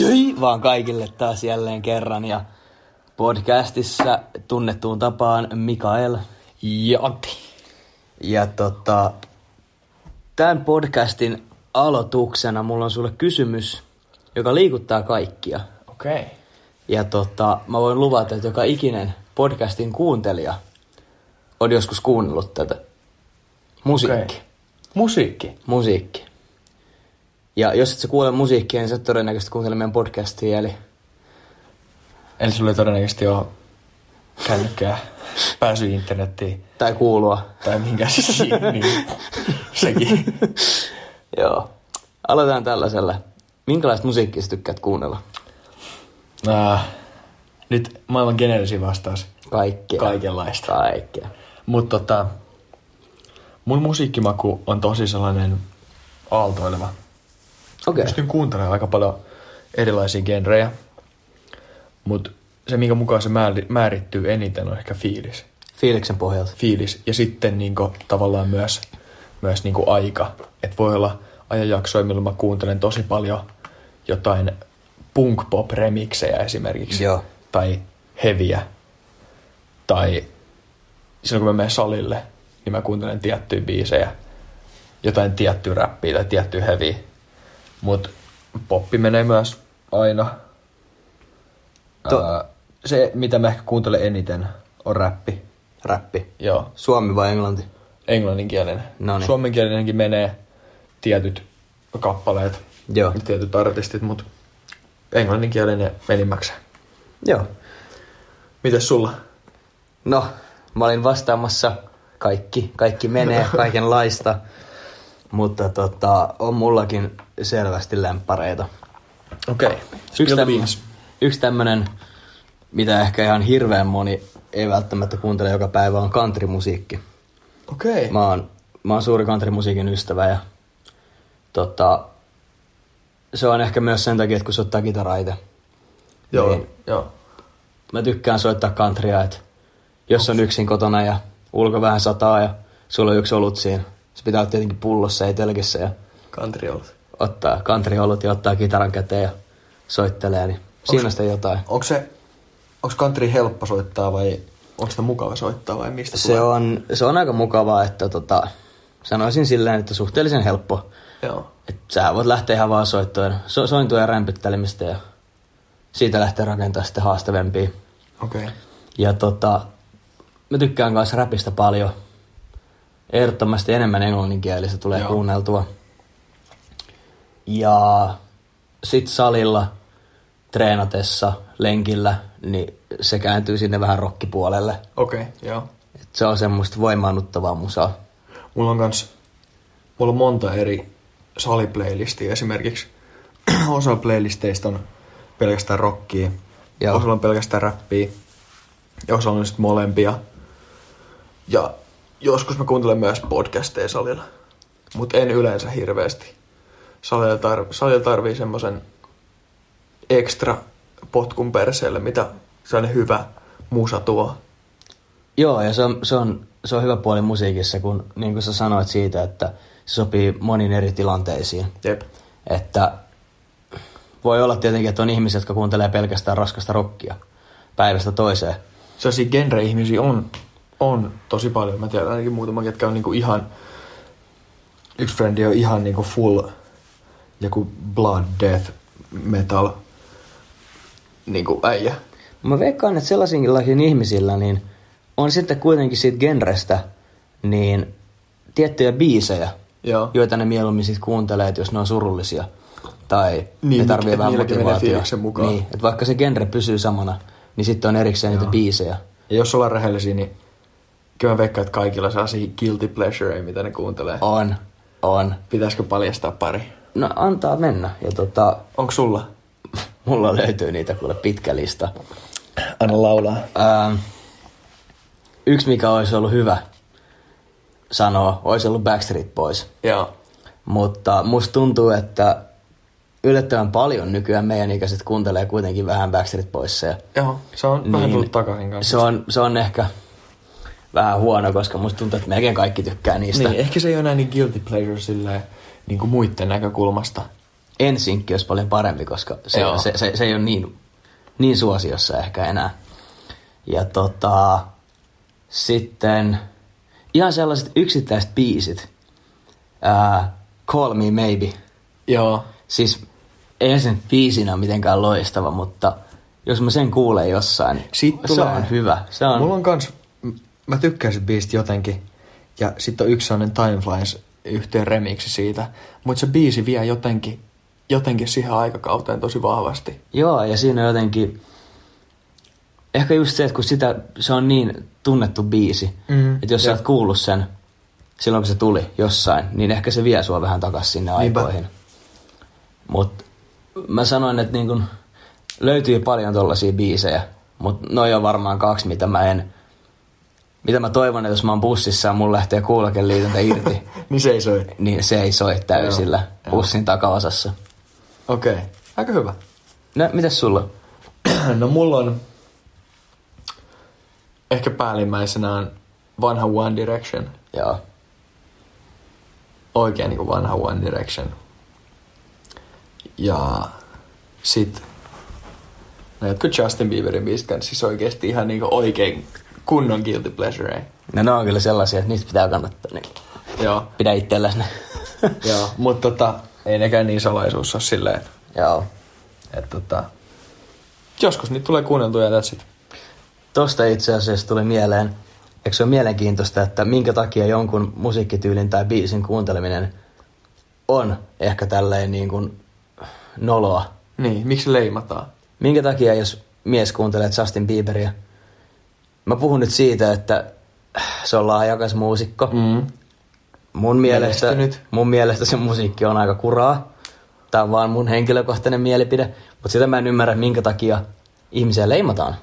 Joi, vaan kaikille taas jälleen kerran ja podcastissa tunnettuun tapaan Mikael. Ja Antti. Ja tota, tämän podcastin aloituksena mulla on sulle kysymys, joka liikuttaa kaikkia. Okei. Okay. Ja tota, mä voin luvata, että joka ikinen podcastin kuuntelija on joskus kuunnellut tätä. Musiikki. Okay. Musiikki. Musiikki. Ja jos et sä kuule musiikkia, niin sä et todennäköisesti kuuntele meidän podcastia, eli Eli sulla ei todennäköisesti ole kännykkää pääsy internettiin tai kuulua. tai mihinkään siihen, niin sekin. Joo. Aloitetaan tällaisella. Minkälaista musiikkia sä tykkäät kuunnella? Äh, nyt maailman geneerisin vastaus. Kaikkea. Kaikenlaista. Kaikkea. Mutta tota, mun musiikkimaku on tosi sellainen aaltoileva. Okei. Okay. Pystyn kuuntelemaan aika paljon erilaisia genrejä, mutta se, minkä mukaan se määri- määrittyy eniten, on ehkä fiilis. Fiiliksen pohjalta. fiilis. Ja sitten niin kuin, tavallaan myös, myös niin kuin aika. Että voi olla ajanjaksoja, milloin mä kuuntelen tosi paljon jotain punk pop remiksejä esimerkiksi. Joo. Tai heviä. Tai silloin kun mä menen salille, niin mä kuuntelen tiettyjä biisejä. Jotain tiettyä räppiä tai tiettyä heviä. Mut poppi menee myös aina. To- To- Ää, se, mitä mä ehkä kuuntelen eniten, on räppi. Räppi. Joo Suomi vai englanti? englanninkielinen. Noniin. Suomenkielinenkin menee tietyt kappaleet, Joo. tietyt artistit, mutta englanninkielinen enimmäkseen. Joo. Mites sulla? No, mä olin vastaamassa kaikki, kaikki menee, kaikenlaista. Mutta tota, on mullakin selvästi lämpareita. Okei. Okay. Yksi, tämmö- yksi tämmönen, mitä ehkä ihan hirveän moni ei välttämättä kuuntele joka päivä, on countrymusiikki. Okei. Okay. Mä oon, mä oon suuri countrymusiikin ystävä ja tota, se on ehkä myös sen takia, että kun soittaa kitaraa itse. Joo. Niin, Joo. mä tykkään soittaa countrya, että jos on yksin kotona ja ulko vähän sataa ja sulla on yksi olut siinä. Se pitää olla tietenkin pullossa ei telkissä ja Country ollut. ottaa countryolut ja ottaa kitaran käteen ja soittelee, niin siinä on sitä jotain. Onko se, onko country helppo soittaa vai onko sitä mukava soittaa vai mistä Se on, se on aika mukavaa, että tota, sanoisin silleen, että suhteellisen helppo. Joo. Et sä voit lähteä ihan vaan soittoon, so, sointua ja rämpyttelemistä ja siitä lähtee rakentaa sitten haastavempia. Okei. Okay. Ja tota, mä tykkään myös räpistä paljon. Ehdottomasti enemmän englanninkielistä tulee Joo. Joo. kuunneltua. Ja sit salilla, treenatessa, lenkillä, niin se kääntyy sinne vähän rokkipuolelle. Okei, okay, joo. Et se on semmoista voimaannuttavaa musaa. Mulla on kans, mulla on monta eri saliplaylistiä esimerkiksi. Osa playlisteistä on pelkästään rockia, Joo. Joo. osalla on pelkästään räppiä ja osalla on sitten molempia. Ja joskus mä kuuntelen myös podcasteja salilla, mutta en yleensä hirveästi. Salilla, tar- salilla tarvii semmoisen ekstra potkun perseelle, mitä sellainen hyvä musa tuo. Joo, ja se on, se on, se on hyvä puoli musiikissa, kun niin kuin sä sanoit siitä, että se sopii moniin eri tilanteisiin. Jep. Että voi olla tietenkin, että on ihmisiä, jotka kuuntelee pelkästään raskasta rockia päivästä toiseen. sellaisia genre-ihmisiä on, on tosi paljon. Mä tiedän ainakin muutama, ketkä on niinku ihan... Yksi frendi on ihan niinku full joku blood death metal niinku äijä. Mä veikkaan, että sellaisillakin ihmisillä niin on sitten kuitenkin siitä genrestä niin tiettyjä biisejä, Joo. joita ne mieluummin sit kuuntelee, että jos ne on surullisia. Tai Niin, ne tarvii mitkä- vähän niilläkin menee motivaatiota. fiiliksen mukaan. Niin, että vaikka se genre pysyy samana, niin sitten on erikseen niitä biisejä. Ja jos ollaan rehellisiä, niin kyllä mä veikkaan, että kaikilla saa guilty pleasureja, mitä ne kuuntelee. On, on. Pitäisikö paljastaa pari? No antaa mennä. Ja tota, Onko sulla? mulla löytyy niitä kuule pitkä lista. Anna laulaa. Ähm, yksi mikä olisi ollut hyvä sanoa, olisi ollut Backstreet Boys. Joo. Mutta musta tuntuu, että yllättävän paljon nykyään meidän ikäiset kuuntelee kuitenkin vähän Backstreet Boysia. Joo, se on niin, vähän tullut takaisin kanssa. Se on, se on ehkä vähän huono, koska musta tuntuu, että melkein kaikki tykkää niistä. Niin, ehkä se ei ole enää niin guilty pleasure silleen, niin kuin muiden niinku näkökulmasta. ensinkki olisi paljon parempi, koska se, Joo. se, se, se ei ole niin, niin suosiossa ehkä enää. Ja tota, sitten ihan sellaiset yksittäiset biisit. Ää, Call Me Maybe. Joo. Siis ei sen biisinä ole mitenkään loistava, mutta jos mä sen kuulen jossain, niin Siitä se tulee- on hyvä. Se on, Mulla on kans, m- mä tykkään sit biisistä jotenkin. Ja sitten on yksi sellainen Time Flies yhteen remiksi siitä. Mutta se biisi vie jotenkin, jotenkin siihen aikakauteen tosi vahvasti. Joo, ja siinä on jotenkin... Ehkä just se, että kun sitä, se on niin tunnettu biisi, Mm, mm, että jos sä jep. oot kuullut sen silloin, kun se tuli jossain, niin ehkä se vie sua vähän takas sinne Niinpä. aikoihin. Mut mä sanoin, että niin kun löytyy paljon tollaisia biisejä, mutta noi on varmaan kaksi, mitä mä en... Mitä mä toivon, että jos mä oon bussissa ja mun lähtee kuulokeliitäntä irti, Niin se ei soi. niin se ei soi täysillä Joo. bussin takaosassa. Okei, okay. aika hyvä. No, mitäs sulla? No mulla on ehkä päällimmäisenä on vanha One Direction. Joo. Oikein niin vanha One Direction. Ja sit no jotkut Justin Bieberin biisit kanssa siis oikeesti ihan niinku oikein kunnon guilty pleasure. No ne on kyllä sellaisia, että niistä pitää kannattaa. Niin Joo, pidä itselläsi ne. joo. Mutta tota, ei nekään niin salaisuus ole silleen, Joo. että tota, joskus niitä tulee kuunneltua ja that's it. Tosta itse asiassa tuli mieleen, eikö se ole mielenkiintoista, että minkä takia jonkun musiikkityylin tai biisin kuunteleminen on ehkä tälleen niin kuin noloa. Niin, miksi leimataan? Minkä takia, jos mies kuuntelee Justin Bieberia, mä puhun nyt siitä, että se on laajakas muusikko. Mm. Mun mielestä, Menestynyt. mun mielestä se musiikki on aika kuraa. Tämä on vaan mun henkilökohtainen mielipide, mutta sitä mä en ymmärrä, minkä takia ihmisiä leimataan.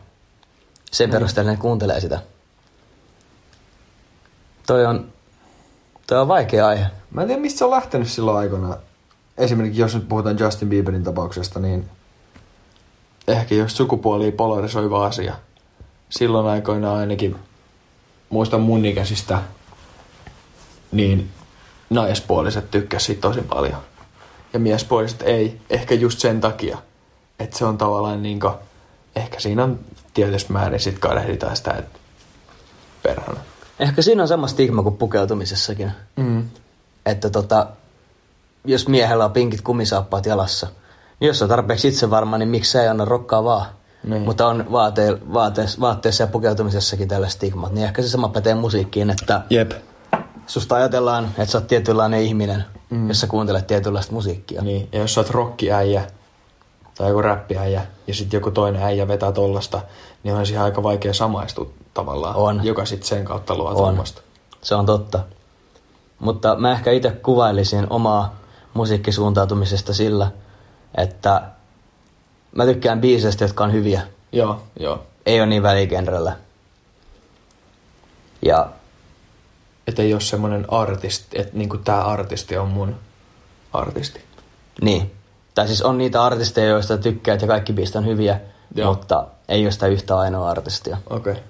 Sen perusteella ne kuuntelee sitä. Toi on, toi on vaikea aihe. Mä en tiedä, mistä se on lähtenyt silloin aikana. Esimerkiksi jos nyt puhutaan Justin Bieberin tapauksesta, niin ehkä jos sukupuoli polarisoiva asia. Silloin aikoina ainakin, muistan mun ikäisistä, niin naispuoliset tykkäsivät siitä tosi paljon. Ja miespuoliset ei, ehkä just sen takia, että se on tavallaan niinku, ehkä siinä on tietysti määrin sit kadehditaan sitä, että perhana. Ehkä siinä on sama stigma kuin pukeutumisessakin. Mm. Että tota, jos miehellä on pinkit kumisaappaat jalassa, niin jos on tarpeeksi itse varma, niin miksi sä ei anna rokkaa vaan. Niin. Niin. Mutta on vaate, vaate, vaatteessa ja pukeutumisessakin tällä stigmat, niin ehkä se sama pätee musiikkiin, että Jep. susta ajatellaan, että sä oot tietynlainen ihminen, mm. jos sä kuuntelet tietynlaista musiikkia. Niin. Niin, ja jos sä oot rokkiäijä tai joku räppiäijä ja sitten joku toinen äijä vetää tollasta, niin on siihen aika vaikea samaistua tavallaan, On. joka sitten sen kautta luo On. tuommoista. Se on totta. Mutta mä ehkä itse kuvailisin omaa musiikkisuuntautumisesta sillä, että mä tykkään biiseistä, jotka on hyviä. Joo, joo. ei ole niin väligenrellä. Ja Että ei ole semmoinen artisti, että niinku tää artisti on mun artisti. niin. Tai siis on niitä artisteja, joista tykkäät ja kaikki biistä on hyviä, Joo. Joo. mutta ei ole sitä yhtä ainoa artistia. Okei. Okay.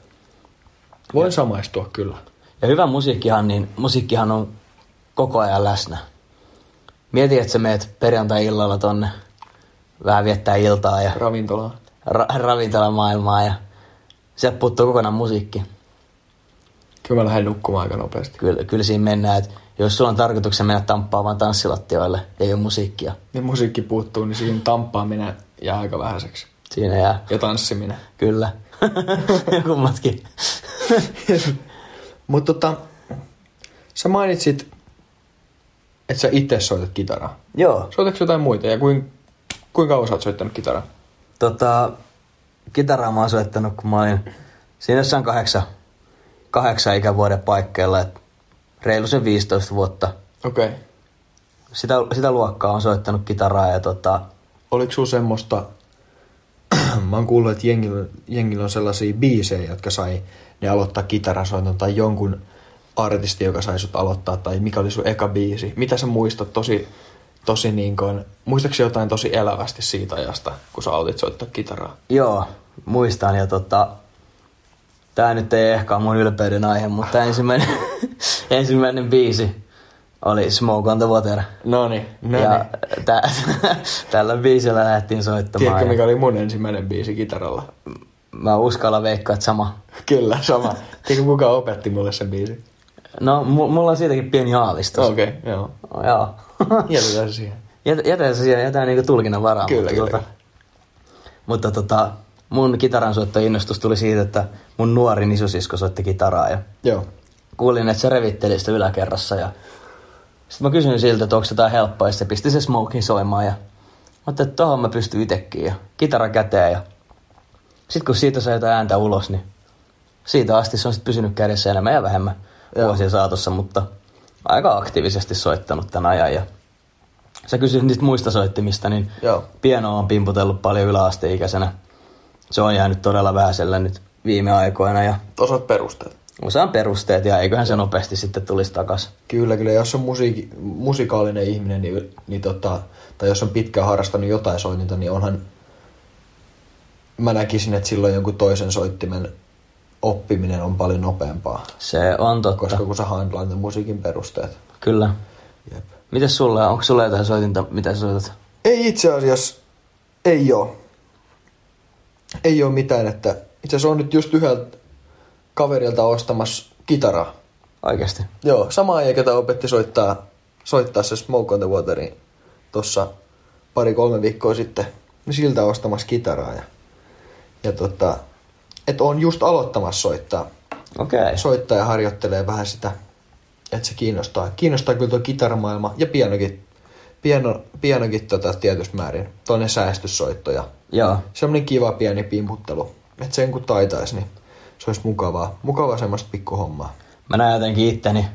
Voin samaistua kyllä. Ja hyvä musiikkihan, niin musiikkihan on koko ajan läsnä. Mieti, että sä meet perjantai-illalla tonne vähän viettää iltaa ja Ravintolaan. ra- ravintolamaailmaa ja sieltä puuttuu kokonaan musiikki. Kyllä mä lähden nukkumaan aika nopeasti. Kyllä, kyllä siinä mennään, että jos sulla on tarkoituksen mennä tamppaamaan tanssilattioille ja ei ole musiikkia, Ja musiikki puuttuu, niin siinä tamppaaminen jää aika vähäiseksi. siinä jää Ja tanssiminen. Kyllä. Kummatkin. Mutta tota, sä mainitsit, että sä itse soitat kitaraa. Joo. Soitatko jotain muita ja kuin, kuinka kauan sä oot soittanut kitaraa? Tota, kitaraa mä oon soittanut, kun mä olin siinä jossain kahdeksan, kahdeksan ikävuoden paikkeilla. Et reilu sen 15 vuotta. Okei. Okay. Sitä, sitä luokkaa on soittanut kitaraa ja tota, Oliko sulla semmoista, mä oon kuullut, että jengillä, jengillä on sellaisia biisejä, jotka sai ne aloittaa kitarasoiton tai jonkun artisti, joka sai sut aloittaa tai mikä oli sun eka biisi. Mitä sä muistat tosi, tosi niin kuin, muistatko jotain tosi elävästi siitä ajasta, kun sä aloitit soittaa kitaraa? joo, muistan ja tota, tää nyt ei ehkä ole mun ylpeyden aihe, mutta ensimmäinen, ensimmäinen biisi oli Smoke on the Water. No niin, no ja niin. tä- tällä biisillä lähdettiin soittamaan. Tiedätkö, ja mikä oli mun ensimmäinen biisi kitaralla? Mä uskallan veikkaa, että sama. Kyllä, sama. Tiedätkö, kuka opetti mulle sen biisin? No, mu- mulla on siitäkin pieni aavistus. Okei, okay, joo. Oh, joo. Jätetään se siihen. Jät- jätä se siellä, jätä niinku tulkinnan varaa. Kyllä, mutta, kyllä. Tota, mutta tota, mun kitaransoittajainnostus tuli siitä, että mun nuori isosisko soitti kitaraa ja Joo. kuulin, että se revitteli sitä yläkerrassa ja sitten mä kysyin siltä, että onko jotain helppoa ja se pisti se smokin soimaan ja mä ajattelin, että tohon mä pystyn itekin ja kitara käteen ja sitten kun siitä sai jotain ääntä ulos, niin siitä asti se on sitten pysynyt kädessä enemmän ja vähemmän Joo. vuosien saatossa, mutta aika aktiivisesti soittanut tämän ajan ja sä kysyit niistä muista soittimista, niin Joo. pienoa on pimputellut paljon yläasteikäisenä. Se on jäänyt todella vähäisellä nyt viime aikoina ja Osaat perusteet. Osaan perusteet ja eiköhän se nopeasti sitten tulisi takas. Kyllä, kyllä. Jos on musiiki, musikaalinen ihminen, niin, niin tota, tai jos on pitkään harrastanut jotain soitinta, niin onhan... Mä näkisin, että silloin jonkun toisen soittimen oppiminen on paljon nopeampaa. Se on totta, Koska kun sä handlaat ne musiikin perusteet. kyllä. Jep. Mites sulla, onko sulla jotain soitinta, mitä sä soitat? Ei itse asiassa, ei oo. Ei oo mitään, että itse asiassa on nyt just yhdeltä kaverilta ostamassa kitaraa. Oikeesti? Joo, sama ajan, ketä opetti soittaa, soittaa se Smoke on the niin Waterin tuossa pari-kolme viikkoa sitten. Niin siltä ostamassa kitaraa ja, ja tota, että on just aloittamassa soittaa. Okei. Okay. Soittaa ja harjoittelee vähän sitä, että se kiinnostaa. Kiinnostaa kyllä tuo kitaramaailma ja pianokin, piano, pianokin tota tietyssä määrin. Toinen säästyssoitto ja Joo. semmoinen kiva pieni pimputtelu. Että sen kun taitaisi, niin se olisi mukavaa. Mukavaa semmoista pikkuhommaa. Mä näen jotenkin itteni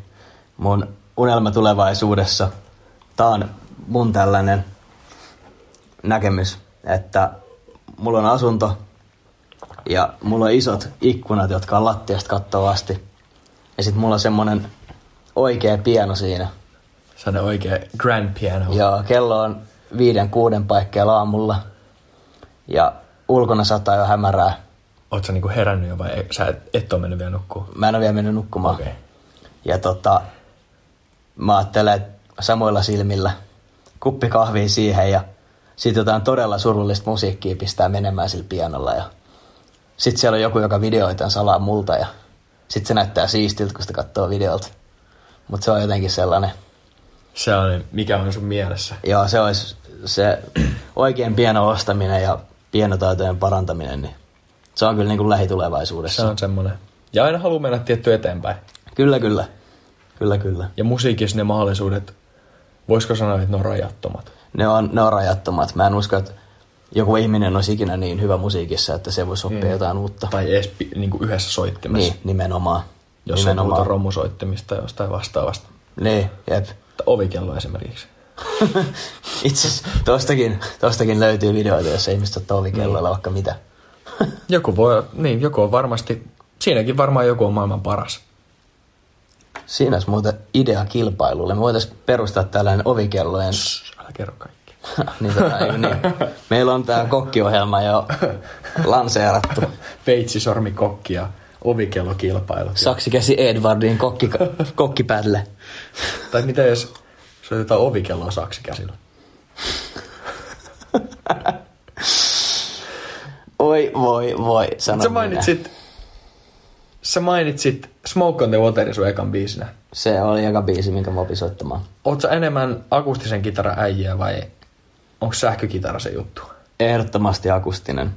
mun unelma tulevaisuudessa. Tää on mun tällainen näkemys, että mulla on asunto ja mulla on isot ikkunat, jotka on lattiasta kattoon asti. Ja sit mulla on semmonen oikea piano siinä. Se on oikea grand piano. Joo, kello on viiden kuuden paikkeilla aamulla. Ja ulkona sataa jo hämärää. Oot sä niinku herännyt jo vai ei- sä et, et oo mennyt vielä nukkuun? Mä en ole vielä mennyt nukkumaan. Okei. Ja tota, mä ajattelen että samoilla silmillä. Kuppi kahvia siihen ja sit jotain todella surullista musiikkia pistää menemään sillä pianolla. Ja sit siellä on joku, joka videoi tämän salaa multa ja sit se näyttää siistiltä, kun sitä katsoo videolta. Mut se on jotenkin sellainen Se on, mikä on sun mielessä? Joo, se olisi se oikein pieno ostaminen ja pienotaitojen parantaminen, niin se on kyllä niin kuin Se lähitulevaisuudessa. on semmonen. Ja aina haluaa mennä tietty eteenpäin. Kyllä, kyllä. Kyllä, kyllä. Ja musiikissa ne mahdollisuudet, voisiko sanoa, että ne on rajattomat? Ne on, ne on rajattomat. Mä en usko, että joku ihminen olisi ikinä niin hyvä musiikissa, että se voisi oppia mm. jotain uutta. Tai edes pi- niinku yhdessä soittimessa. Niin, nimenomaan. Jos ei puhuta nimenomaan. romusoittimista tai jostain vastaavasta. Niin, jep. Tai ovikello esimerkiksi. Itse asiassa tostakin, tostakin löytyy videoita, jos ihmiset ottaa Niin. ovikelloilla vaikka mitä. Joku voi, niin, joku on varmasti, siinäkin varmaan joku on maailman paras. Siinä olisi muuten idea kilpailulle. Me voitaisiin perustaa tällainen ovikellojen Shh, älä kerro kaikki. niin, tota, ei, niin. Meillä on tämä kokkiohjelma jo lanseerattu. Veitsisormikokki ja ovikellokilpailut. Saksikäsi Edwardin kokki, kokkipädle. Tai mitä jos soitetaan ovikelloa saksi käsillä? Oi, voi, voi, sano Sä minä. mainitsit, sä mainitsit Smoke on the Waterin sun ekan biisinä. Se oli eka biisi, minkä mä opin soittamaan. Oot sä enemmän akustisen kitaran äijä vai onko sähkökitara se juttu? Ehdottomasti akustinen.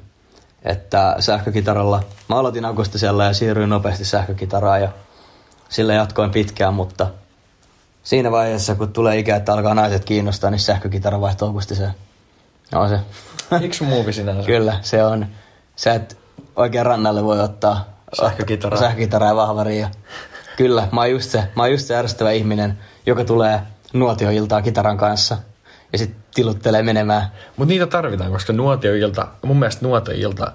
Että sähkökitaralla, mä aloitin akustisella ja siirryin nopeasti sähkökitaraan ja sillä jatkoin pitkään, mutta siinä vaiheessa, kun tulee ikä, että alkaa naiset kiinnostaa, niin sähkökitara vaihtuu akustiseen. No se. Miksi muuvi sinänsä? Kyllä, se on. Sä et oikein rannalle voi ottaa Sähkökitaraa. sähkökitaraa ja vahvaria. Kyllä, mä oon, just se, mä oon just se ärsyttävä ihminen, joka tulee nuotioiltaa kitaran kanssa ja sitten tiluttelee menemään. Mut niitä tarvitaan, koska nuotioilta, mun mielestä nuotioilta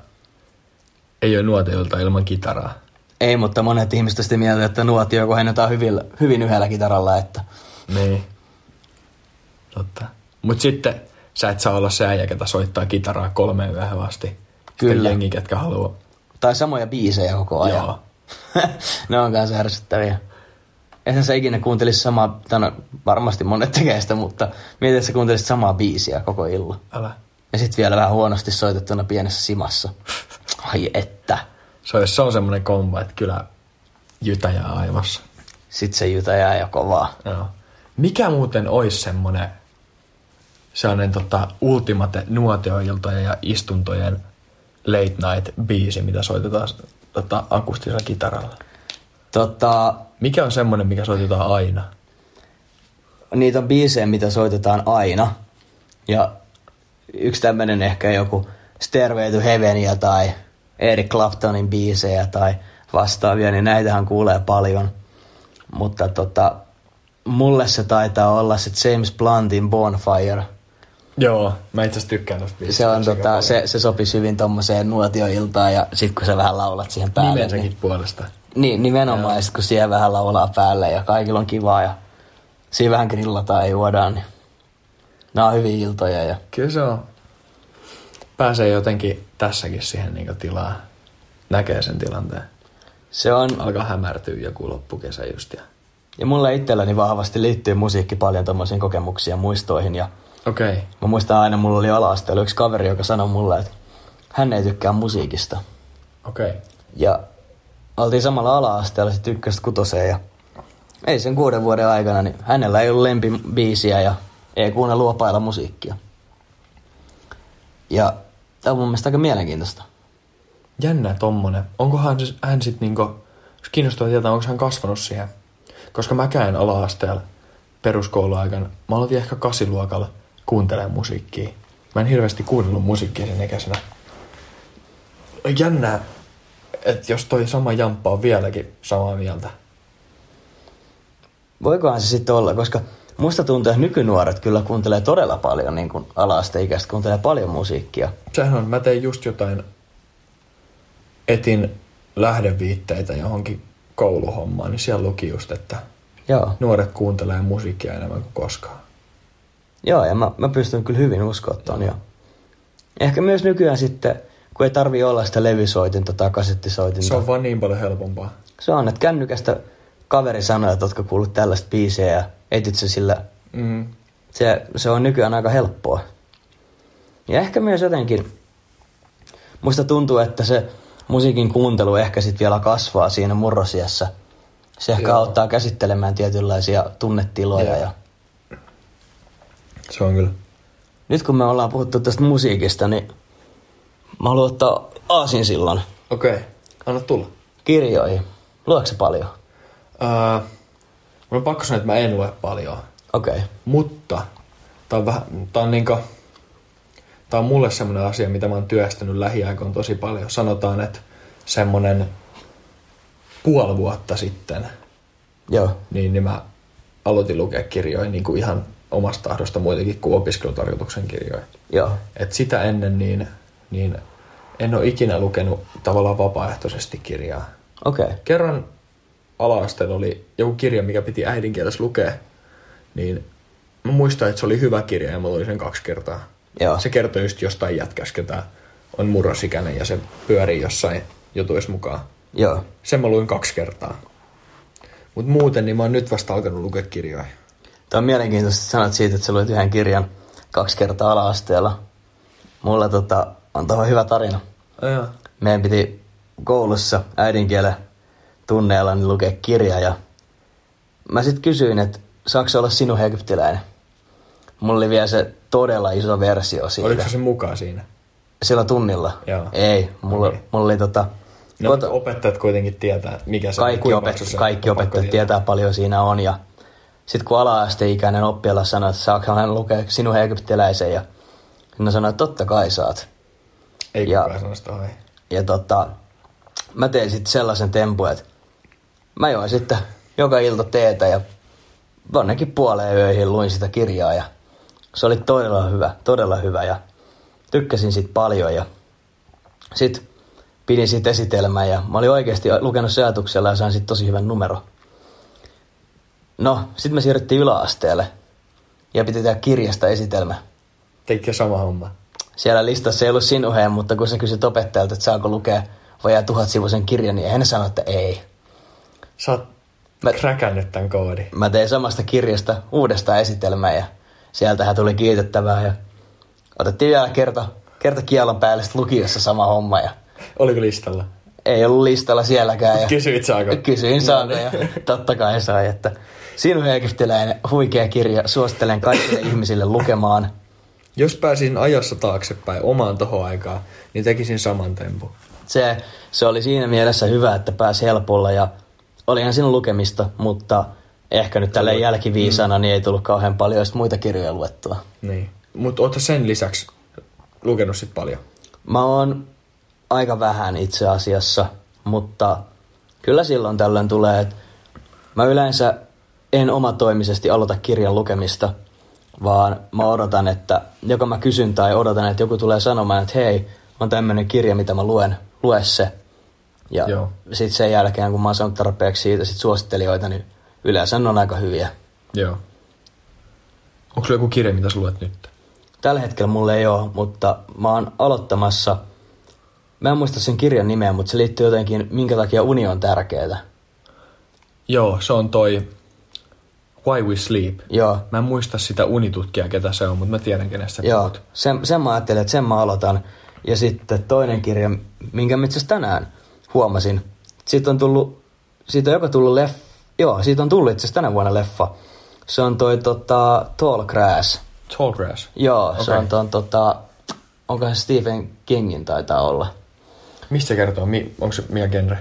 ei ole nuotioilta ilman kitaraa. Ei, mutta monet ihmiset on sitä mieltä, että nuotio kohennetaan hyvin, hyvin yhdellä kitaralla. Että Niin. Totta. Mut sitten sä et saa olla se äijä, ketä soittaa kitaraa kolmeen yöhön asti. Sitten Kyllä. jengi, ketkä haluaa. tai samoja biisejä koko ajan. Joo. ne on kanssa ärsyttäviä. eihän sä ikinä kuuntelisi samaa, tai no, varmasti monet tekee sitä, mutta mietit, että sä kuuntelisit samaa biisiä koko illan. Älä. Ja sit vielä vähän huonosti soitettuna pienessä simassa. Ai että. Se on, se on semmoinen kombo, että kyllä jytä jää aivassa. Sit se jytä jää jo kovaa. Joo. Mikä muuten olisi semmoinen sellainen tota, ultimate nuotioiltojen ja istuntojen late night biisi, mitä soitetaan tota, akustisella kitaralla? Tota, Mikä on semmoinen, mikä soitetaan aina? niitä on biisejä, mitä soitetaan aina. Ja yksi tämmönen ehkä joku Stairway to Heavenia tai Eric Claptonin biisejä tai vastaavia, niin näitähän kuulee paljon. Mutta tota, mulle se taitaa olla se James Bluntin Bonfire. Joo, mä itse asiassa tykkään tosta biisistä. Se, on, tota, se, se sopisi hyvin tommoseen nuotioiltaan ja sit kun sä vähän laulat siihen päälle. Nimensäkin puolesta. Niin, nimenomaan, ja sit kun siellä vähän laulaa päälle ja kaikilla on kivaa ja siinä vähän grillataan ja juodaan, niin nämä on hyviä iltoja ja Kyllä se on. Pääsee jotenkin tässäkin siihen niin tilaa. Näkee sen tilanteen. se on, Alkaa hämärtyä joku loppukesä just. Ja... ja mulle itselläni vahvasti liittyy musiikki paljon tommosiin kokemuksiin ja muistoihin ja Okei. Okay. mä muistan aina, mulla oli ala yksi kaveri, joka sanoi mulle, että hän ei tykkää musiikista Okei. Okay. ja oltiin samalla ala-asteella sitten ykköstä kutoseen ja ei sen kuuden vuoden aikana, niin hänellä ei ollut lempibiisiä ja ei kuunnellut luopailla musiikkia. Ja tämä on mun mielestä aika mielenkiintoista. Jännä tommonen. Onkohan siis, hän sit niinku, jos kiinnostaa tietää, onko hän kasvanut siihen. Koska mä käyn ala-asteella peruskouluaikana. Mä aloitin ehkä kasiluokalla kuuntelemaan musiikkia. Mä en hirveästi kuunnellut musiikkia sen ikäisenä. Jännää, että jos toi sama jamppa on vieläkin samaa mieltä. Voikohan se sitten olla, koska musta tuntuu, että nykynuoret kyllä kuuntelee todella paljon, niin kuin ala-asteikäiset kuuntelee paljon musiikkia. Sehän on, mä tein just jotain, etin lähdeviitteitä johonkin kouluhommaan, niin siellä luki just, että Joo, nuoret kuuntelee musiikkia enemmän kuin koskaan. Joo ja mä, mä pystyn kyllä hyvin uskoa ton, joo. Ehkä myös nykyään sitten, kun ei tarvii olla sitä levysoitinta tai kasettisoitinta. Se on vaan niin paljon helpompaa. Se on, että kännykästä kaveri sanoo, että ootko kuullut tällaista biisiä ja etit se sillä. Mm. Se, se on nykyään aika helppoa. Ja ehkä myös jotenkin, musta tuntuu, että se musiikin kuuntelu ehkä sitten vielä kasvaa siinä murrosiassa. Se ehkä Joo. auttaa käsittelemään tietynlaisia tunnetiloja. Joo. Ja Se on kyllä. nyt kun me ollaan puhuttu tästä musiikista, niin mä haluan ottaa aasin sillan Okei, okay. anna tulla. kirjoihin. Lueksä paljon? Öö, mun on pakko sanoa, että mä en lue paljon. Okei. Okay. Mutta tää on, vähän, tää on, niinku, tää on mulle semmoinen asia, mitä mä oon työstänyt lähiaikoin tosi paljon. Sanotaan, että semmonen puoli vuotta sitten, Joo. niin, niin mä aloitin lukea kirjoja niin kuin ihan omasta tahdosta muutenkin kuin opiskelutarkoituksen kirjoja. Joo. Et sitä ennen niin, niin en ole ikinä lukenut tavallaan vapaaehtoisesti kirjaa. Okei. Okay. Kerran ala-asteella oli joku kirja, mikä piti äidinkielessä lukea, niin mä muistan, että se oli hyvä kirja ja mä luin sen kaksi kertaa. Joo. Se kertoi just jostain jätkästä, ketä on murrosikäinen ja se pyörii jossain jutuissa mukaan. Joo. Sen mä luin kaksi kertaa. Mutta muuten niin mä oon nyt vasta alkanut lukea kirjoja. Tämä on mielenkiintoista, että sanot siitä, että sä luit yhden kirjan kaksi kertaa ala-asteella. Mulla tota, on tuohon hyvä tarina. Ajaa. Meidän piti koulussa äidinkielen tunneella niin lukea kirja ja mä sitten kysyin, että saako se olla sinun egyptiläinen? Mulla oli vielä se todella iso versio siitä. Oliko se mukaan siinä? Sillä tunnilla? Joo. Ei, mulla, okay. mulla oli tota... No, koto- mutta opettajat kuitenkin tietää, mikä se kaikki, kuinka paljon opet- se- kaikki on pakko opettajat tietää. tietää paljon siinä on ja sitten kun ala-asteikäinen oppijalla sanoo, että saako hän lukea sinun egyptiläisen ja hän sanoi, että totta kai saat. Ei Ja- kukaan sano sitä ohi. Ja tota, mä tein sitten sellaisen tempun, että mä join sitten joka ilta teetä ja jonnekin puoleen yöihin luin sitä kirjaa ja se oli todella hyvä, todella hyvä ja tykkäsin siitä paljon ja sit pidin siitä esitelmää ja mä olin oikeasti lukenut se ajatuksella ja sain sitten tosi hyvän numero. No, sitten me siirryttiin yläasteelle ja piti tehdä kirjasta esitelmä. Teikö sama homma? Siellä listassa ei ollut sinuheen, mutta kun sä kysyt opettajalta, että saako lukea vajaa tuhat sivuisen kirjan, niin hän sanoi, että ei. Sä oot Mä, kräkännyt tämän koodin. mä tein samasta kirjasta uudesta esitelmää ja sieltähän tuli kiitettävää ja otettiin vielä kerta, kerta kielon päälle sit lukiossa sama homma ja Oliko listalla? ei ollut listalla sielläkään. Ja Kysyit saako? Eh. No. Kysyin saanko ja totta kai sai, että Sinu Heikiftiläinen, huikea kirja, suosittelen kaikille ihmisille lukemaan. Jos pääsin ajassa taaksepäin omaan tohon aikaan, niin tekisin saman tempun. Se, se oli siinä mielessä hyvä, että pääsi helpolla ja olihan siinä lukemista, mutta ehkä nyt tälle jälkiviisana niin ei tullut kauhean paljon sit muita kirjoja luettua. Niin. Mutta ootko sen lisäksi lukenut sit paljon? Mä oon aika vähän itse asiassa, mutta kyllä silloin tällöin tulee, että mä yleensä en omatoimisesti aloita kirjan lukemista, vaan mä odotan, että joko mä kysyn tai odotan, että joku tulee sanomaan, että hei, on tämmöinen kirja, mitä mä luen, lue se. Ja Joo. sitten sen jälkeen, kun mä oon saanut tarpeeksi siitä sit suosittelijoita, niin yleensä ne on aika hyviä. Joo. Onko sulla joku kirja, mitä sä luet nyt? Tällä hetkellä mulla ei ole, mutta mä oon aloittamassa. Mä en muista sen kirjan nimeä, mutta se liittyy jotenkin, minkä takia uni on tärkeää. Joo, se on toi Why We Sleep. Joo, Mä en muista sitä unitutkijaa, ketä se on, mutta mä tiedän, kenestä joo. Sen, sen mä ajattelin, että sen mä aloitan. Ja sitten toinen kirja, minkä mä itse asiassa tänään huomasin. Siitä on tullut, siitä on joko tullut leff, joo, siitä on tullut itse asiassa tänä vuonna leffa. Se on toi tota, Tall Grass. Tallgrass. Joo, okay. se Okei. on ton, tota, onko se Stephen Kingin taitaa olla. Mistä se kertoo? Mi- onko se mikä genre?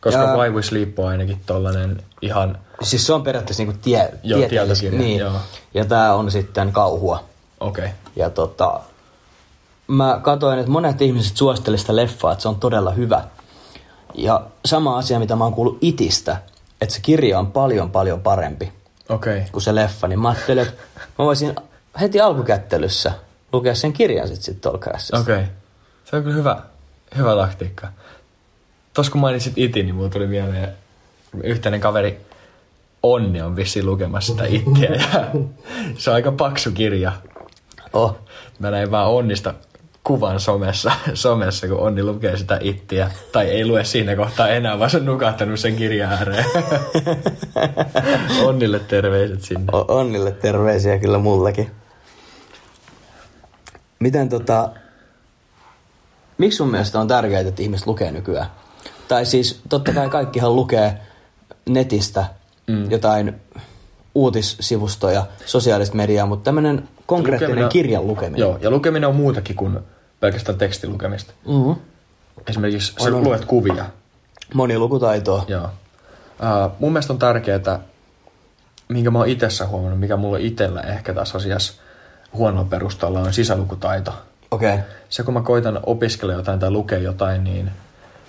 Koska Ää- Why We Sleep on ainakin tollanen ihan... Siis se on periaatteessa niinku tie, Joo, tieteellis- tietokirja, niin. joo. Ja tää on sitten kauhua. Okei. Okay. Ja tota, mä katsoin, että monet ihmiset suosittelivat sitä leffaa, että se on todella hyvä. Ja sama asia, mitä mä oon kuullut itistä, että se kirja on paljon paljon parempi Okei. Okay. kuin se leffa, niin mä ajattelin, että mä voisin heti alkukättelyssä lukea sen kirjan sit sit Tolkarassa. Okei. Okay. Se on kyllä hyvä, hyvä taktiikka. Tos kun mainitsit iti, niin mulla tuli mieleen yhteinen kaveri Onni on vissiin lukemassa sitä ittiä. Ja se on aika paksu kirja. Oh. Mä näin vaan Onnista kuvan somessa, somessa, kun Onni lukee sitä ittiä. Tai ei lue siinä kohtaa enää, vaan se on nukahtanut sen kirjan ääreen. Onnille terveiset sinne. O- Onnille terveisiä kyllä mullakin. Miten tota... Miksi sun mielestä on tärkeää, että ihmiset lukee nykyään? Tai siis totta kai kaikkihan lukee netistä mm. jotain uutissivustoja, sosiaalista mediaa, mutta tämmöinen Lukeminen- konkreettinen lukeminen. kirjan lukeminen. Joo, ja lukeminen on muutakin kuin pelkästään tekstin lukemista. Mm-hmm. Esimerkiksi sä luet kuvia. Monilukutaitoa. Joo. Uh, mun mielestä on tärkeää, minkä mä oon itsessä huomannut, mikä mulla itsellä ehkä tässä asiassa huonoa perustalla on sisälukutaito. Okei. Okay. Se kun mä koitan opiskella jotain tai lukea jotain, niin,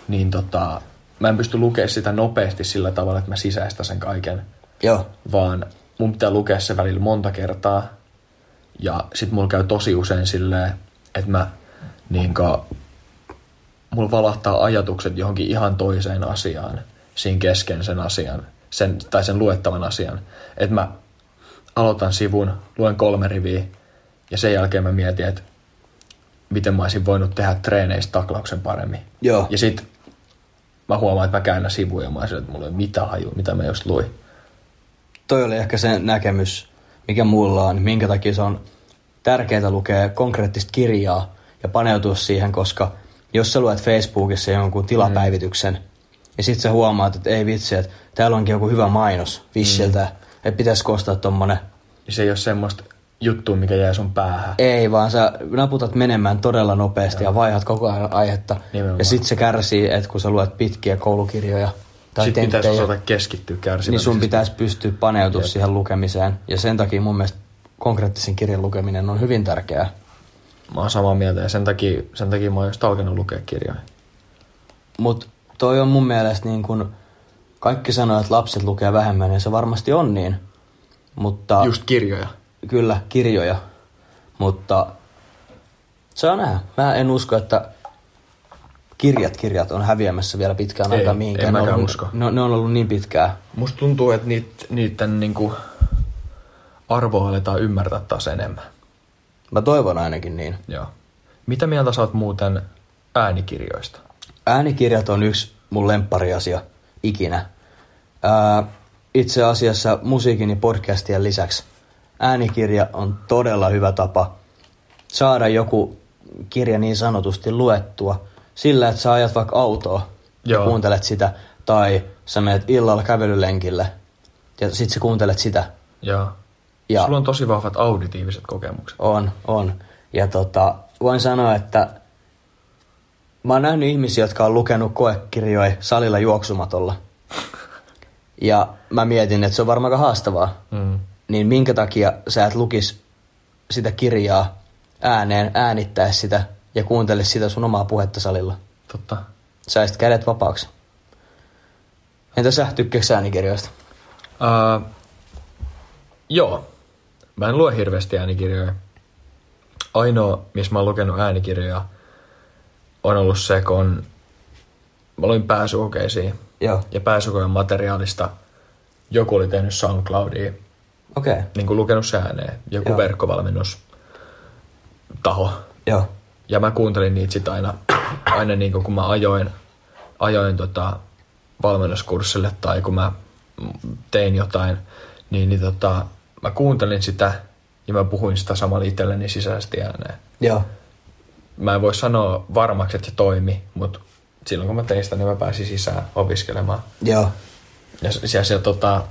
niin tota, mä en pysty lukemaan sitä nopeasti sillä tavalla, että mä sisäistän sen kaiken, Joo. vaan mun pitää lukea se välillä monta kertaa. Ja sit mulla käy tosi usein silleen, että mä niinkö, mulla valahtaa ajatukset johonkin ihan toiseen asiaan siinä kesken sen asian, sen, tai sen luettavan asian. Että mä aloitan sivun, luen kolme riviä ja sen jälkeen mä mietin, että miten mä olisin voinut tehdä treeneissä taklauksen paremmin. Joo. Ja sit mä huomaan, että mä käännän sivuja ja mä oon sillä, että mulla ei ole mitään hajua, mitä mä just luin. toi oli ehkä se näkemys, mikä mulla on, minkä takia se on tärkeää lukea konkreettista kirjaa ja paneutua siihen, koska jos sä luet Facebookissa jonkun tilapäivityksen, Mm. ja sit sä huomaat, että ei vitsi, että täällä onkin joku hyvä mainos Vishiltä, Mm. että pitäisikö ostaa tommonen. Ja se ei ole semmoista juttua, mikä jää sun päähän. Ei, vaan sä naputat menemään todella nopeasti ja vaihat koko ajan aihetta. Nimenomaan. Ja sit se kärsii, että kun sä luet pitkiä koulukirjoja tai Sitten pitäisi tenttejä, osata keskittyä kärsimättä. niin sun pitäisi pystyä paneutumaan siihen lukemiseen. Ja sen takia mun mielestä konkreettisen kirjan lukeminen on hyvin tärkeää. Mä oon samaa mieltä ja sen takia, sen takia mä oon just alkanut lukea kirjoja. Mutta toi on mun mielestä niin kun kaikki sanoo, että lapset lukee vähemmän, ja se varmasti on niin. Mutta Just kirjoja. kyllä, kirjoja. Mutta saa nähdä. Mä en usko, että kirjat kirjat on häviämässä vielä pitkään Ei, aikaa en mihinkään. Ne on mäkään ollut- usko. Ne, ne on ollut niin pitkään. Musta tuntuu, että niit, niiden niinku arvoa aletaan ymmärtää taas enemmän. Mä toivon ainakin niin. Joo. Mitä mieltä sä oot muuten äänikirjoista? Äänikirjat on yksi mun lemppariasia ikinä. Ää, itse asiassa musiikin ja podcastien lisäksi äänikirja on todella hyvä tapa saada joku kirja niin sanotusti luettua sillä, että sä ajat vaikka autoa ja Joo. kuuntelet sitä, tai sä menet illalla kävelylenkille ja sit sä kuuntelet sitä. Joo. Ja Ja. Sulla on tosi vahvat auditiiviset kokemukset. On, on. Ja tota, voin sanoa, että mä oon nähnyt ihmisiä, jotka on lukenut koekirjoja salilla juoksumatolla. Ja mä mietin, että se on varmaan aika haastavaa. Mm. Niin minkä takia sä et lukis sitä kirjaa ääneen, äänittää sitä ja kuuntele sitä sun omaa puhetta salilla? Totta. Saisit kädet vapaaksi. Entä sä, tykkääks sä äänikirjoista? Uh, joo. Mä en lue hirveästi äänikirjoja. Ainoa, missä mä oon lukenut äänikirjoja, on ollut se, kun mä luin pääsykokeisiin. Joo, Ja pääsykokeiden materiaalista joku oli tehnyt SoundCloudia, okei, okay. niin kuin lukenut se ääneen. Joku Joo. Joo. verkkovalmennus taho. joo, Ja mä kuuntelin niitä sit aina, aina niin kun mä ajoin, ajoin tota valmennuskurssille tai kun mä mm, tein jotain, niin, niin tota, mä kuuntelin sitä ja mä puhuin sitä samalla itselleni sisäisesti ääneen. joo, Mä en voi sanoa varmaksi, että se toimi, mutta silloin kun mä tein sitä, niin mä pääsin sisään opiskelemaan. joo, Ja se, se, se, tota,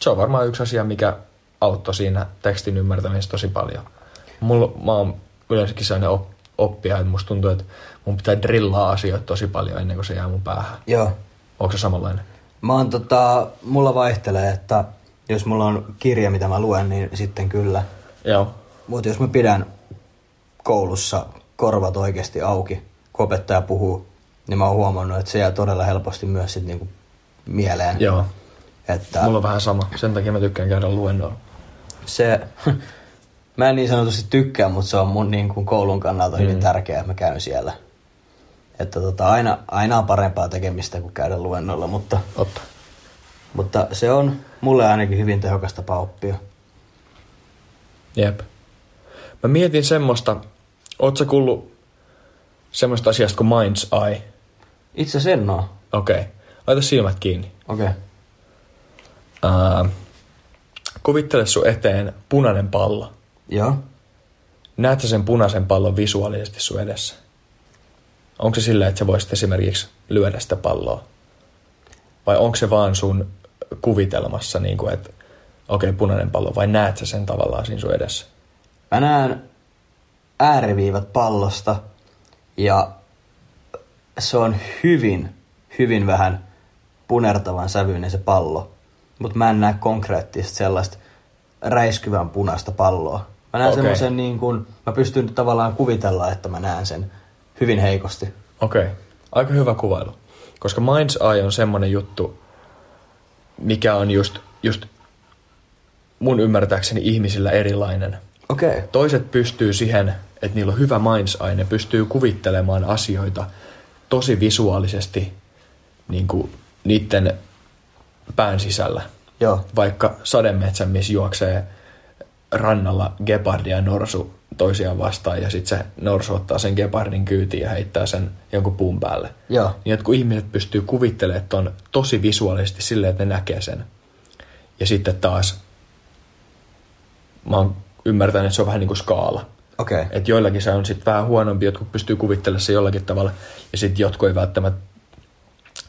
se on varmaan yksi asia, mikä auttoi siinä tekstin ymmärtämisessä tosi paljon. Mulla, mä oon yleensäkin sellainen op, oppija, että musta tuntuu, että mun pitää drillaa asioita tosi paljon ennen kuin se jää mun päähän. joo. Onko se samanlainen? Mä oon tota, mulla vaihtelee, että jos mulla on kirja, mitä mä luen, niin sitten kyllä. Joo. Mutta jos mä pidän koulussa korvat oikeasti auki, kun opettaja puhuu, niin mä oon huomannut, että se jää todella helposti myös sit niinku mieleen. Joo. Että Mulla on vähän sama. Sen takia mä tykkään käydä luennoilla. se, mä en niin sanotusti tykkää, mutta se on mun niin kuin koulun kannalta hyvin mm. tärkeää, että mä käyn siellä. Että tota, aina, aina on parempaa tekemistä kuin käydä luennolla, mutta Totta. Mutta se on mulle ainakin hyvin tehokas tapa oppia. Jep. Mä mietin semmoista, oot sä kuullut semmoista asiasta kuin mind's eye? Itse asiassa en oo. Okei. Okay. Laita silmät kiinni. Okei. Okay. Ää, kuvittele sun eteen punainen pallo. Joo. Näet sä sen punaisen pallon visuaalisesti sun edessä? Onko se sillä, että sä voisit esimerkiksi lyödä sitä palloa? Vai onko se vaan sun kuvitelmassa, niin kuin, että okei, okay, punainen pallo, vai näet sä sen tavallaan siinä sun edessä? Mä näen ääriviivat pallosta ja se on hyvin, hyvin vähän punertavan sävyinen se pallo. Mutta mä en näe konkreettisesti sellaista räiskyvän punaista palloa. Mä näen Okei. okay. semmoisen niin kuin, mä pystyn tavallaan kuvitella, että mä näen sen hyvin heikosti. Okei, okay. aika hyvä kuvailu. Koska Mind's Eye on semmonen juttu, mikä on just, just mun ymmärtääkseni ihmisillä erilainen. Okei. Okay. Toiset pystyy siihen, että niillä on hyvä mindsaine, ne pystyy kuvittelemaan asioita tosi visuaalisesti niin kuin niiden pään sisällä. Joo. Vaikka sademetsän, missä juoksee rannalla gepardi ja norsu toisiaan vastaan ja sitten se norsu ottaa sen gepardin kyytiin ja heittää sen jonkun puun päälle. Joo. Niin että kun ihmiset pystyy kuvittelemaan ton tosi visuaalisesti silleen, että ne näkee sen. Ja sitten taas mä oon ymmärtänyt, että se on vähän niin kuin skaala. Okei. Okay. Että joillakin se on sitten vähän huonompi, jotkut pystyy kuvittelemaan se jollakin tavalla, ja sitten jotkut ei välttämättä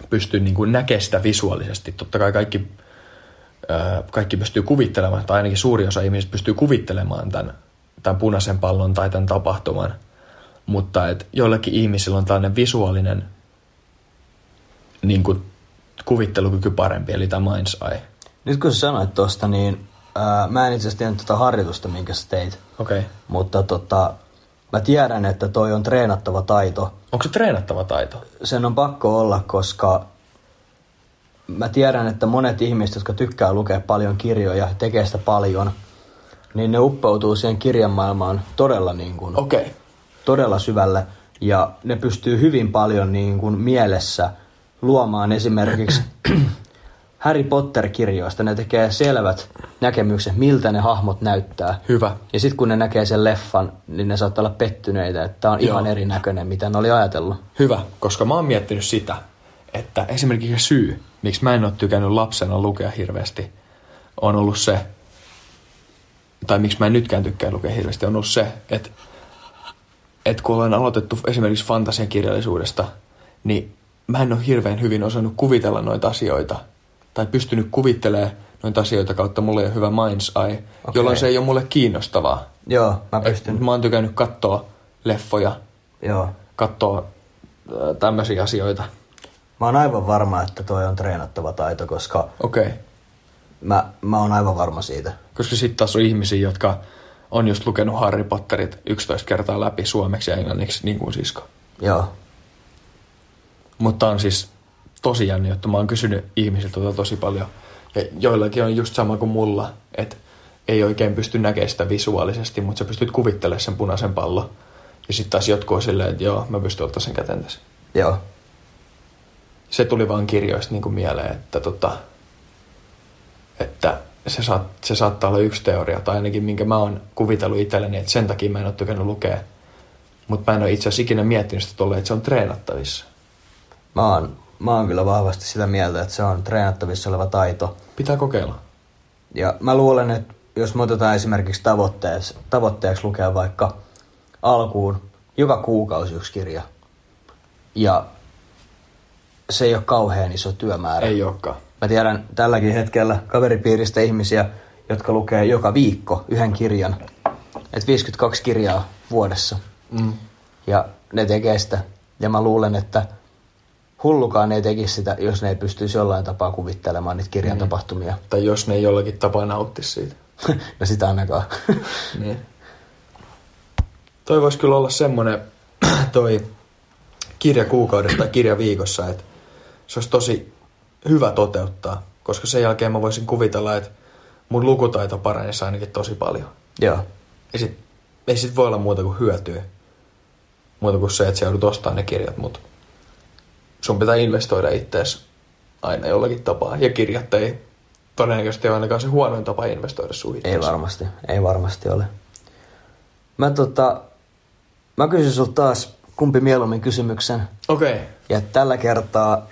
pysty niin kuin näkemään sitä visuaalisesti. Totta kai kaikki, ö, kaikki pystyy kuvittelemaan, tai ainakin suuri osa ihmisistä pystyy kuvittelemaan tämän, tämän punaisen pallon tai tämän tapahtuman. Mutta et joillakin ihmisillä on tällainen visuaalinen niin kuin, kuvittelukyky parempi, eli tämä mind's eye. Nyt kun sä sanoit tosta, niin ää, mä en itse asiassa tiennyt tota harjoitusta, minkä sä teit. Okei. Okay. Mutta tota, mä tiedän, että toi on treenattava taito. Onko se treenattava taito? Sen on pakko olla, koska mä tiedän, että monet ihmiset, jotka tykkää lukea paljon kirjoja, tekee sitä paljon, niin ne uppoutuu siihen kirjan maailmaan todella, niin kuin, Okei. Okay. todella syvälle. Ja ne pystyy hyvin paljon niin kuin mielessä luomaan esimerkiksi Harry Potter-kirjoista. Ne tekee selvät näkemykset, miltä ne hahmot näyttää. Hyvä. Ja sitten kun ne näkee sen leffan, niin ne saattaa olla pettyneitä, että tää on Joo. ihan erinäköinen, mitä ne oli ajatellut. Hyvä, koska mä oon miettinyt sitä, että esimerkiksi se syy, miksi mä en ole tykännyt lapsena lukea hirveästi, on ollut se, tai miksi mä en nytkään tykkää lukea hirveästi, on ollut se, että, että kun olen aloitettu esimerkiksi fantasiakirjallisuudesta, niin mä en ole hirveän hyvin osannut kuvitella noita asioita, tai pystynyt kuvittelemaan noita asioita kautta mulle ei ole hyvä mind's eye, okay. jolloin se ei ole mulle kiinnostavaa. Joo, mä Et, pystyn. mä oon tykännyt katsoa leffoja, Joo. katsoa äh, tämmöisiä asioita. Mä oon aivan varma, että toi on treenattava taito, koska Okei. Okay. mä, mä oon aivan varma siitä. Koska sitten taas on ihmisiä, jotka on just lukenut Harry Potterit 11 kertaa läpi suomeksi ja englanniksi, niin kuin sisko. Joo. Mutta on siis tosi jänni, että mä oon kysynyt ihmisiltä tota tosi paljon. Ja joillakin on just sama kuin mulla, että ei oikein pysty näkemään sitä visuaalisesti, mutta sä pystyt kuvittelemaan sen punaisen pallon. Ja sitten taas jotkut on silleen, että joo, mä pystyn ottaa sen käteen tässä. Joo. se tuli vaan kirjoista niin kuin mieleen, että, tota, että se, saat, se saattaa olla yksi teoria, tai ainakin minkä mä oon kuvitellut itselleni, että sen takia mä en ole tykännyt lukea. Mutta mä en ole itse asiassa ikinä miettinyt sitä tolleen, että se on treenattavissa. Mä oon, mä oon kyllä vahvasti sitä mieltä, että se on treenattavissa oleva taito. Pitää kokeilla. Ja mä luulen, että jos me otetaan esimerkiksi tavoitteeksi, tavoitteeksi lukea vaikka alkuun joka kuukausi yksi kirja, ja se ei ole kauhean iso työmäärä. Ei olekaan. Mä tiedän tälläkin hetkellä kaveripiiristä ihmisiä, jotka lukee joka viikko yhden kirjan. Et 52 kirjaa vuodessa. Mm. Ja ne tekee sitä. Ja mä luulen, että hullukaan ei tekisi sitä, jos ne ei pystyisi jollain tapaa kuvittelemaan niitä kirjan tapahtumia. Tai jos ne ei jollakin tapaa nauttisi siitä. no sitä ainakaan. Niin. Toi voisi kyllä olla semmoinen toi kirja kuukaudessa tai kirja viikossa, että se olisi tosi hyvä toteuttaa, koska sen jälkeen mä voisin kuvitella, että mun lukutaito paranisi ainakin tosi paljon. Joo. Ei sit, ei sit voi olla muuta kuin hyötyä. Muuta kuin se, että sä joudut ostamaan ne kirjat, mutta sun pitää investoida ittees aina jollakin tapaa. Ja kirjat ei todennäköisesti ole ainakaan se huonoin tapa investoida sun Ei itseesi. varmasti. Ei varmasti ole. Mä, tota, mä kysyn sulta taas kumpi mieluummin kysymyksen. Okei. Okay. Ja tällä kertaa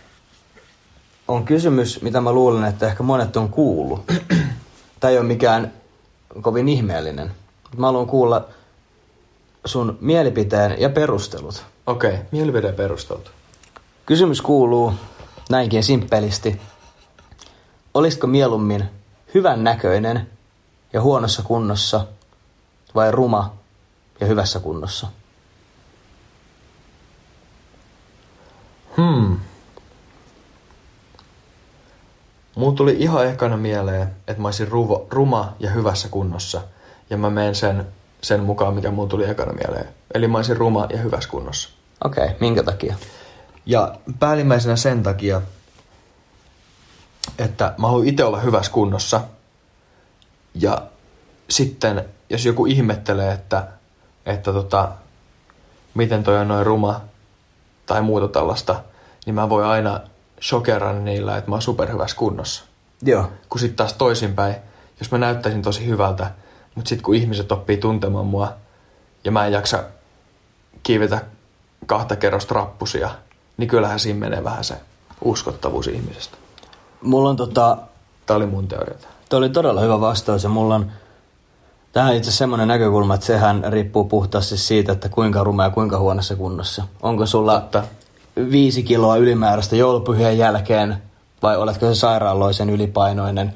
on kysymys, mitä mä luulen, että ehkä monet on kuullut. Tämä ei ole mikään kovin ihmeellinen. Mä haluan kuulla sun mielipiteen ja perustelut. Okei, okay. mielipide perusteltu. Kysymys kuuluu näinkin simppelisti. Olisiko mieluummin hyvän näköinen ja huonossa kunnossa vai ruma ja hyvässä kunnossa? Hmm. Mulla tuli ihan ekana mieleen, että mä olisin ruvo, ruma ja hyvässä kunnossa. Ja mä menen sen, sen mukaan, mikä mulla tuli ekana mieleen. Eli mä olisin ruma ja hyvässä kunnossa. Okei, okay, minkä takia? Ja päällimmäisenä sen takia, että mä haluan itse olla hyvässä kunnossa. Ja sitten, jos joku ihmettelee, että, että tota, miten toi on noin ruma tai muuta tällaista, niin mä voin aina shokeran niillä, että mä oon superhyvässä kunnossa. Joo, Kun sitten taas toisinpäin, jos mä näyttäisin tosi hyvältä, mutta sitten kun ihmiset oppii tuntemaan mua ja mä en jaksa kiivetä kahta kerrosta rappusia, niin kyllähän siinä menee vähän se uskottavuus ihmisestä. mulla on tota, Tämä oli mun teoria. tähän. Tuo oli todella hyvä vastaus ja mulla on tähän itse semmoinen näkökulma, että sehän riippuu puhtaasti siitä, että kuinka ruma ja kuinka huonossa kunnossa. Onko sulla Totta. viisi kiloa ylimääräistä joulupyhien jälkeen vai oletko se sairaaloisen ylipainoinen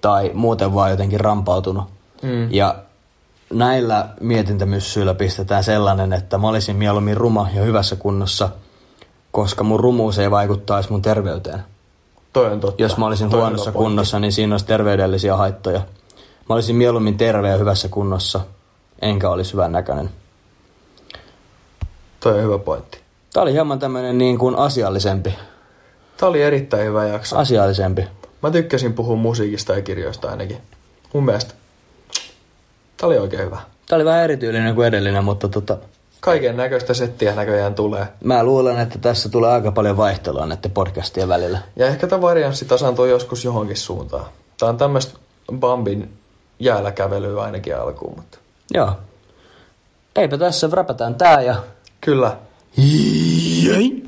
tai muuten vaan jotenkin rampautunut. Mm. Ja näillä mietintämyssyillä pistetään sellainen, että mä olisin mieluummin ruma ja hyvässä kunnossa, koska mun rumuus ei vaikuttaisi mun terveyteen Toi on totta. jos mä olisin Toi on huonossa hyvä pointti. kunnossa, niin siinä olisi terveydellisiä haittoja. Mä olisin mieluummin terve ja hyvässä kunnossa, enkä olisi hyvän näköinen. Toi on hyvä pointti. Tämä oli hieman tämmöinen niin kuin asiallisempi. Tämä oli erittäin hyvä jakso. Asiallisempi. Mä tykkäsin puhua musiikista ja kirjoista ainakin. Mun mielestä tämä oli oikein hyvä. Tämä oli vähän erityylinen kuin edellinen, mutta tota, Kaiken näköistä settiä näköjään tulee. mä luulen, että tässä tulee aika paljon vaihtelua näiden podcastien välillä. Ja ehkä tämä varianssi tasaantuu joskus johonkin suuntaan. Tämä on tämmöistä Bambin jäällä kävelyä ainakin alkuun, mutta Joo. Eipä tässä, räpätään tää ja... kyllä. Jei!